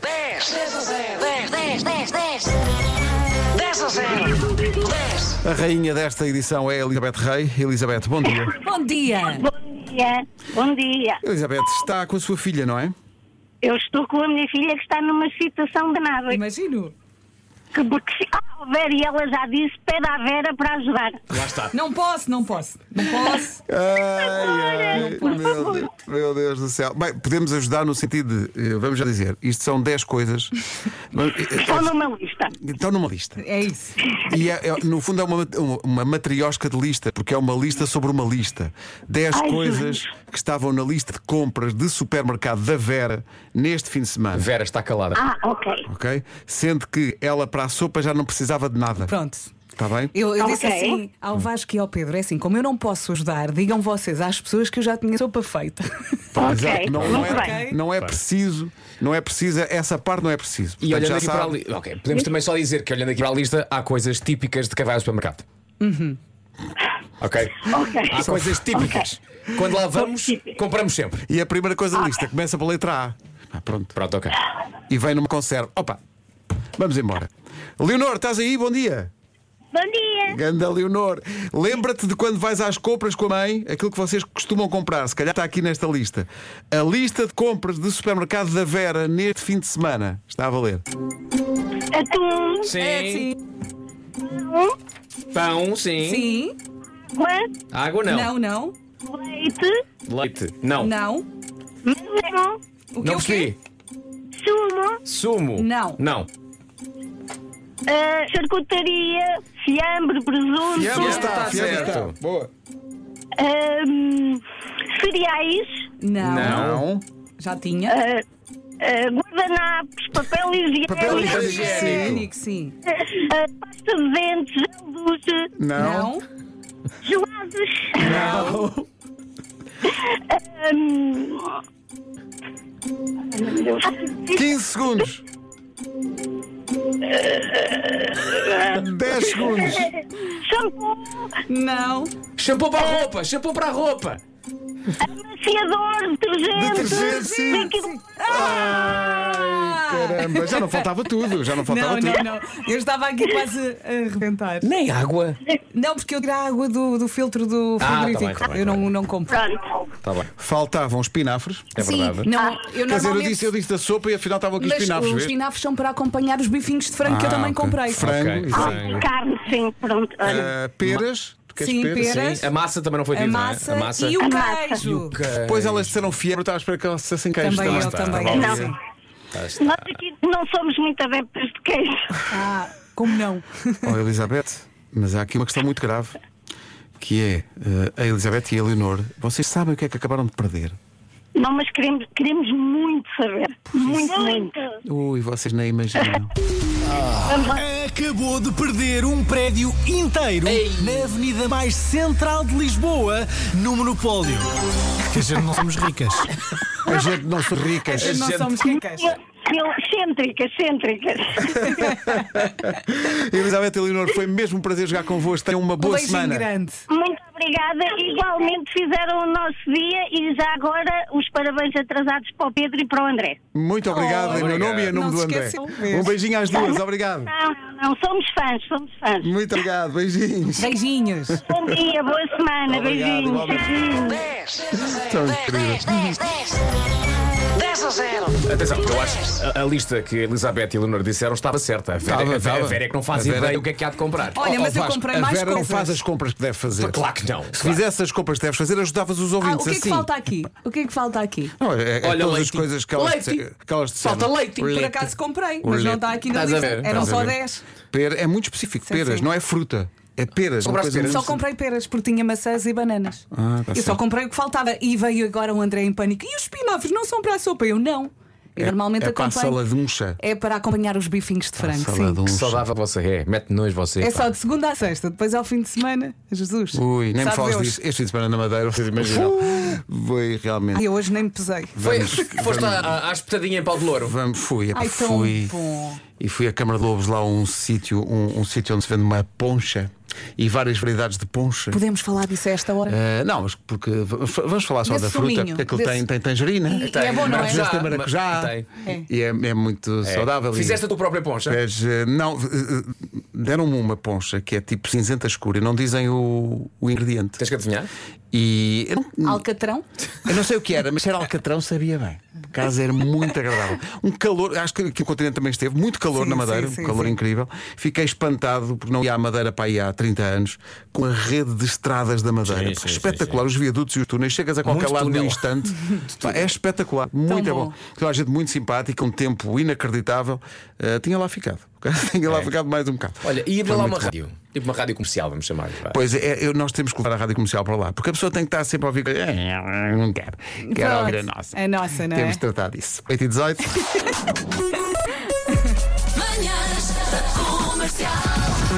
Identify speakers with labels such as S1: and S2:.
S1: 10, 10 a 0. 10, 10, 10, 10. 10 a 0. 10.
S2: A rainha desta edição é Elizabeth Rei. Elizabeth, bom dia.
S3: Bom dia!
S4: Bom dia, bom dia.
S2: Elizabeth está com a sua filha, não é?
S4: Eu estou com a minha filha que está numa situação danada.
S3: Imagino.
S4: Que, porque se ah, Vera, e ela já disse, pede à Vera para ajudar.
S5: Lá está.
S3: Não posso, não posso. Não posso.
S2: Ai, ai,
S3: Não
S2: meu, Deus, meu Deus do céu. Bem, podemos ajudar no sentido de, eh, vamos já dizer, isto são 10 coisas. Mas, eh,
S4: Só
S2: eh,
S4: numa lista.
S2: Estão numa lista.
S3: É isso.
S2: E é- é- no fundo é uma, uma, uma matriosca de lista, porque é uma lista sobre uma lista. 10
S4: Ai,
S2: coisas
S4: Jesus.
S2: que estavam na lista de compras de supermercado da Vera neste fim de semana.
S5: Vera está calada.
S4: Ah, ok.
S2: Ok? Sendo que ela para a sopa já não precisava de nada.
S3: Pronto.
S2: Está bem?
S3: Eu, eu disse
S4: Ok.
S3: assim ao Vasco e ao Pedro: é assim, como eu não posso ajudar, digam vocês às pessoas que eu já tinha sopa feita.
S4: Ok,
S2: Exato. Não, não
S4: muito bem.
S2: é, não é preciso, não é preciso, essa parte não é preciso.
S5: E
S2: Portanto,
S5: olhando
S2: já
S5: aqui para a
S2: sabe,
S5: lista. Ok, podemos também só dizer que olhando aqui para a lista há coisas típicas de quem vai ao supermercado.
S3: Uhum.
S5: Ok?
S4: Ok.
S5: Há coisas típicas. Quando lá vamos,
S4: típicas.
S5: compramos sempre.
S2: E a primeira coisa
S4: Ah.
S2: da lista começa pela letra A. Ah, pronto.
S5: Pronto, ok.
S2: E vem numa conserva. Opa, vamos embora. Leonor, estás aí? Bom dia.
S4: Bom dia.
S2: Ganda Leonor. Lembra-te de quando vais às compras com a mãe, aquilo que vocês costumam comprar, se calhar está aqui nesta lista. A lista de compras de supermercado da Vera neste fim de semana. Está a valer.
S4: Atum,
S5: Sim.
S3: É sim.
S5: Pão, sim.
S3: Sim.
S4: água,
S5: Água, não.
S3: Não, não.
S4: leite,
S5: Leite, não.
S3: Não.
S4: mamão,
S3: O que
S5: Não
S3: é o quê?
S5: percebi.
S4: sumo,
S5: Sumo.
S3: Não.
S5: Não.
S4: ah, charcutaria, fiambre, presunto,
S2: Fiambre está,
S3: está
S2: fiambre
S5: certo.
S2: está. Boa.
S4: ahm, ehm, cereais,
S3: Não.
S5: Não.
S2: Não.
S3: Já tinha.
S4: ah, ah, guardanapos, papel higiênico,
S2: Papel higiênico.
S3: Higiênico, sim.
S4: ah, pasta de dentes, gel duche,
S2: Não.
S3: Não.
S4: gelados.
S2: Não.
S4: Hum.
S2: 15 segundos. 10 segundos.
S4: Shampoo,
S3: Não.
S5: Shampoo para a roupa, shampoo para a roupa.
S4: amaciador, detergente,
S2: Detergente, sim.
S4: líquido.
S3: Ah!
S2: Caramba, já não faltava tudo, já não faltava
S3: Não,
S2: tudo.
S3: não, não. Eu estava aqui quase a arrebentar.
S5: Nem água.
S3: Não, porque eu tiro a água do, do filtro do
S5: Ah, tá bem,
S3: frigorífico.
S5: tá bem,
S3: eu
S5: tá
S3: não,
S5: bem.
S3: não compro.
S4: Pronto.
S5: Está Tá bem.
S2: Faltavam espinafres.
S5: É
S3: Sim,
S5: verdade.
S3: não, eu
S2: Quer dizer, eu
S3: normalmente-
S2: disse, eu disse da sopa e afinal estavam aqui
S3: Mas
S2: espinafres.
S3: os
S2: vês?
S3: espinafres são para acompanhar os bifinhos de frango que eu
S2: Ah,
S3: também
S2: ok.
S3: comprei.
S2: Frango,
S5: Ok.
S2: exato.
S5: Sim.
S4: Ah, carne, sim, pronto. Olha.
S2: Ah, peras. Tu queres
S3: Sim, peras.
S5: Sim, a massa também não foi
S3: A
S5: dita,
S3: massa,
S5: não é? A massa.
S3: e o
S4: A massa.
S3: queijo.
S2: Depois elas disseram fiambre, eu estava a esperar que elas dissessem queijo.
S3: Também eu,
S2: Está bem, Tá
S3: também.
S2: está bem.
S4: Não.
S3: sim.
S5: Cá Ah, Tá, está.
S4: Nós aqui não somos muito adeptos de queijo.
S3: Ah, como não?
S2: Oh, Elizabeth, mas há aqui uma questão muito grave. Que é eh, a Elizabeth e a Leonor. Vocês sabem o que é que acabaram de perder?
S4: Não, mas queremos, queremos muito saber. Muito, muito.
S2: Ui, vocês nem imaginam.
S6: Acabou de perder um prédio inteiro na avenida mais central de Lisboa, no Monopólio. Quer dizer, não somos ricas.
S2: A gente não se ricas.
S3: Nós
S5: gente-
S3: somos ricas.
S4: Eu- Cêntricas, cêntricas.
S2: Elizabeth e Leonor, foi mesmo um prazer jogar convosco. Tenham uma
S3: Um
S2: boa
S3: beijinho
S2: semana.
S3: grande.
S4: Muito obrigada. Igualmente fizeram o nosso dia e já agora os parabéns atrasados para o Pedro e para o André.
S2: Muito obrigado em meu
S5: obrigado.
S2: nome e em nome
S3: Não
S2: do
S3: se
S2: André.
S3: esqueçam mesmo.
S2: Um beijinho às duas, obrigado.
S4: Não, não, não, somos fãs, somos fãs.
S2: Muito obrigado, beijinhos.
S3: Beijinhos.
S4: Bom dia, boa semana, beijinhos.
S2: igualmente.
S4: Beijinhos.
S1: 10
S2: Tão
S1: 10
S2: incrível.
S1: 10 10 10 10 a 0.
S5: Atenção, eu acho a, a lista que Elizabeth e Leonor disseram estava certa. A Vera,
S2: Estava,
S5: a Vera-
S2: estava.
S5: a Vera é que não faz
S2: A Vera- Oh,
S5: ideia o que é que há de comprar.
S3: Olha, mas eu
S2: Vasco,
S3: comprei
S2: a
S3: mais
S2: Vera não
S3: coisas.
S2: faz as compras que deve fazer.
S5: Claro que não.
S2: Se
S5: claro.
S2: fizesse as compras que deves fazer, ajudavas os
S3: Ah, o
S2: ouvintes
S3: que é que
S2: assim.
S3: falta aqui? O que é que falta aqui?
S2: Não, é, é
S5: Olha,
S2: todas as
S5: leite.
S2: coisas que elas,
S5: Leite.
S2: disse- que elas disseram.
S5: Falta leite.
S3: Por acaso comprei, mas
S2: Leite.
S3: não está aqui na
S5: Estás a
S3: lista.
S5: ver,
S3: Eram
S5: estás a
S3: só
S5: ver.
S3: 10.
S2: Pera, é muito específico.
S3: Sim,
S2: peras,
S3: sim.
S2: não é fruta. É peras. uma
S5: Compraste
S2: coisa
S5: peras?
S2: muito-
S3: Só comprei peras porque tinha maçãs e bananas.
S2: Ah, tá
S3: eu só
S2: certo.
S3: comprei o que faltava. E veio agora o André em pânico. E os espinafres não são para a sopa? Eu não. Eu
S2: É-
S3: normalmente
S2: é para a
S3: acompanho-
S2: saladuncha.
S3: É para acompanhar os bifinhos de frango. sim.
S2: Saladuncha.
S5: Que saudável você é. Mete nois você.
S3: É
S5: pá.
S3: só de segunda a sexta, depois ao fim de semana. Jesus.
S2: Ui, nem me
S3: Sabe
S2: falas
S3: Deus.
S2: disso. Este fim de semana na Madeira, vocês imaginam. Foi realmente.
S3: Ai, eu hoje nem me pesei.
S5: Foi,
S2: Vamos-
S5: foste à- à, à espetadinha em pau de louro.
S2: Vamos, fui,
S3: Ai, tão
S2: fui.
S3: bom.
S2: E fui à Câmara de Lobos lá a um sítio, um, um sítio onde se vende uma poncha. e várias variedades de poncha.
S3: Podemos falar disso a esta hora?
S2: Eh, não, mas porque v- f- vamos falar só
S3: Desse
S2: da fruta,
S3: suminho,
S2: porque aquilo
S3: desse-
S2: tem, tem tangerina,
S3: E- e é bom, não é?
S2: às vezes tem
S5: Ma-
S2: maracujá
S5: tem.
S2: e é, é muito
S5: É.
S2: saudável. e-
S5: Fizeste a tua própria poncha?
S2: Mas, eh, não, eh, eh, deram-me uma poncha que é tipo cinzenta escura e não dizem o, o ingrediente.
S5: Tens que adivinhar?
S2: E eh, eu não,
S3: Alcatrão?
S2: eu não sei o que era, mas se era alcatrão, sabia bem. Por acaso era muito agradável. Um calor, acho que, que o continente também esteve, muito calor
S3: Sim,
S2: na Madeira,
S3: sim, sim,
S2: um calor
S3: sim.
S2: incrível. Fiquei espantado porque não ia à Madeira para aí há 30 anos com a rede de estradas da Madeira.
S5: Sim, sim,
S2: espetacular, os viadutos e os túneis, chegas a qualquer
S5: Muito
S2: lado num
S5: túnel.
S2: instante. Pá, é espetacular, muito é
S3: bom.
S2: bom. Tinha uma gente muito simpática, um tempo inacreditável. Ah, tinha lá ficado. tinha lá ficado mais um bocado.
S5: Olha, e abrir
S2: Foi
S5: lá
S2: muito
S5: uma
S2: bom.
S5: rádio. Tipo uma rádio comercial, vamos chamar. vá.
S2: Pois é, eu- nós temos que levar a rádio comercial para lá, porque a pessoa tem que estar sempre a ouvir. coisas. "Eh, Não quero. Quero
S3: Pronto,
S2: ouvir a nossa.
S3: a nossa, não é?
S2: Temos de tratar disso. 8 e 18.
S7: Manhãs da comercial.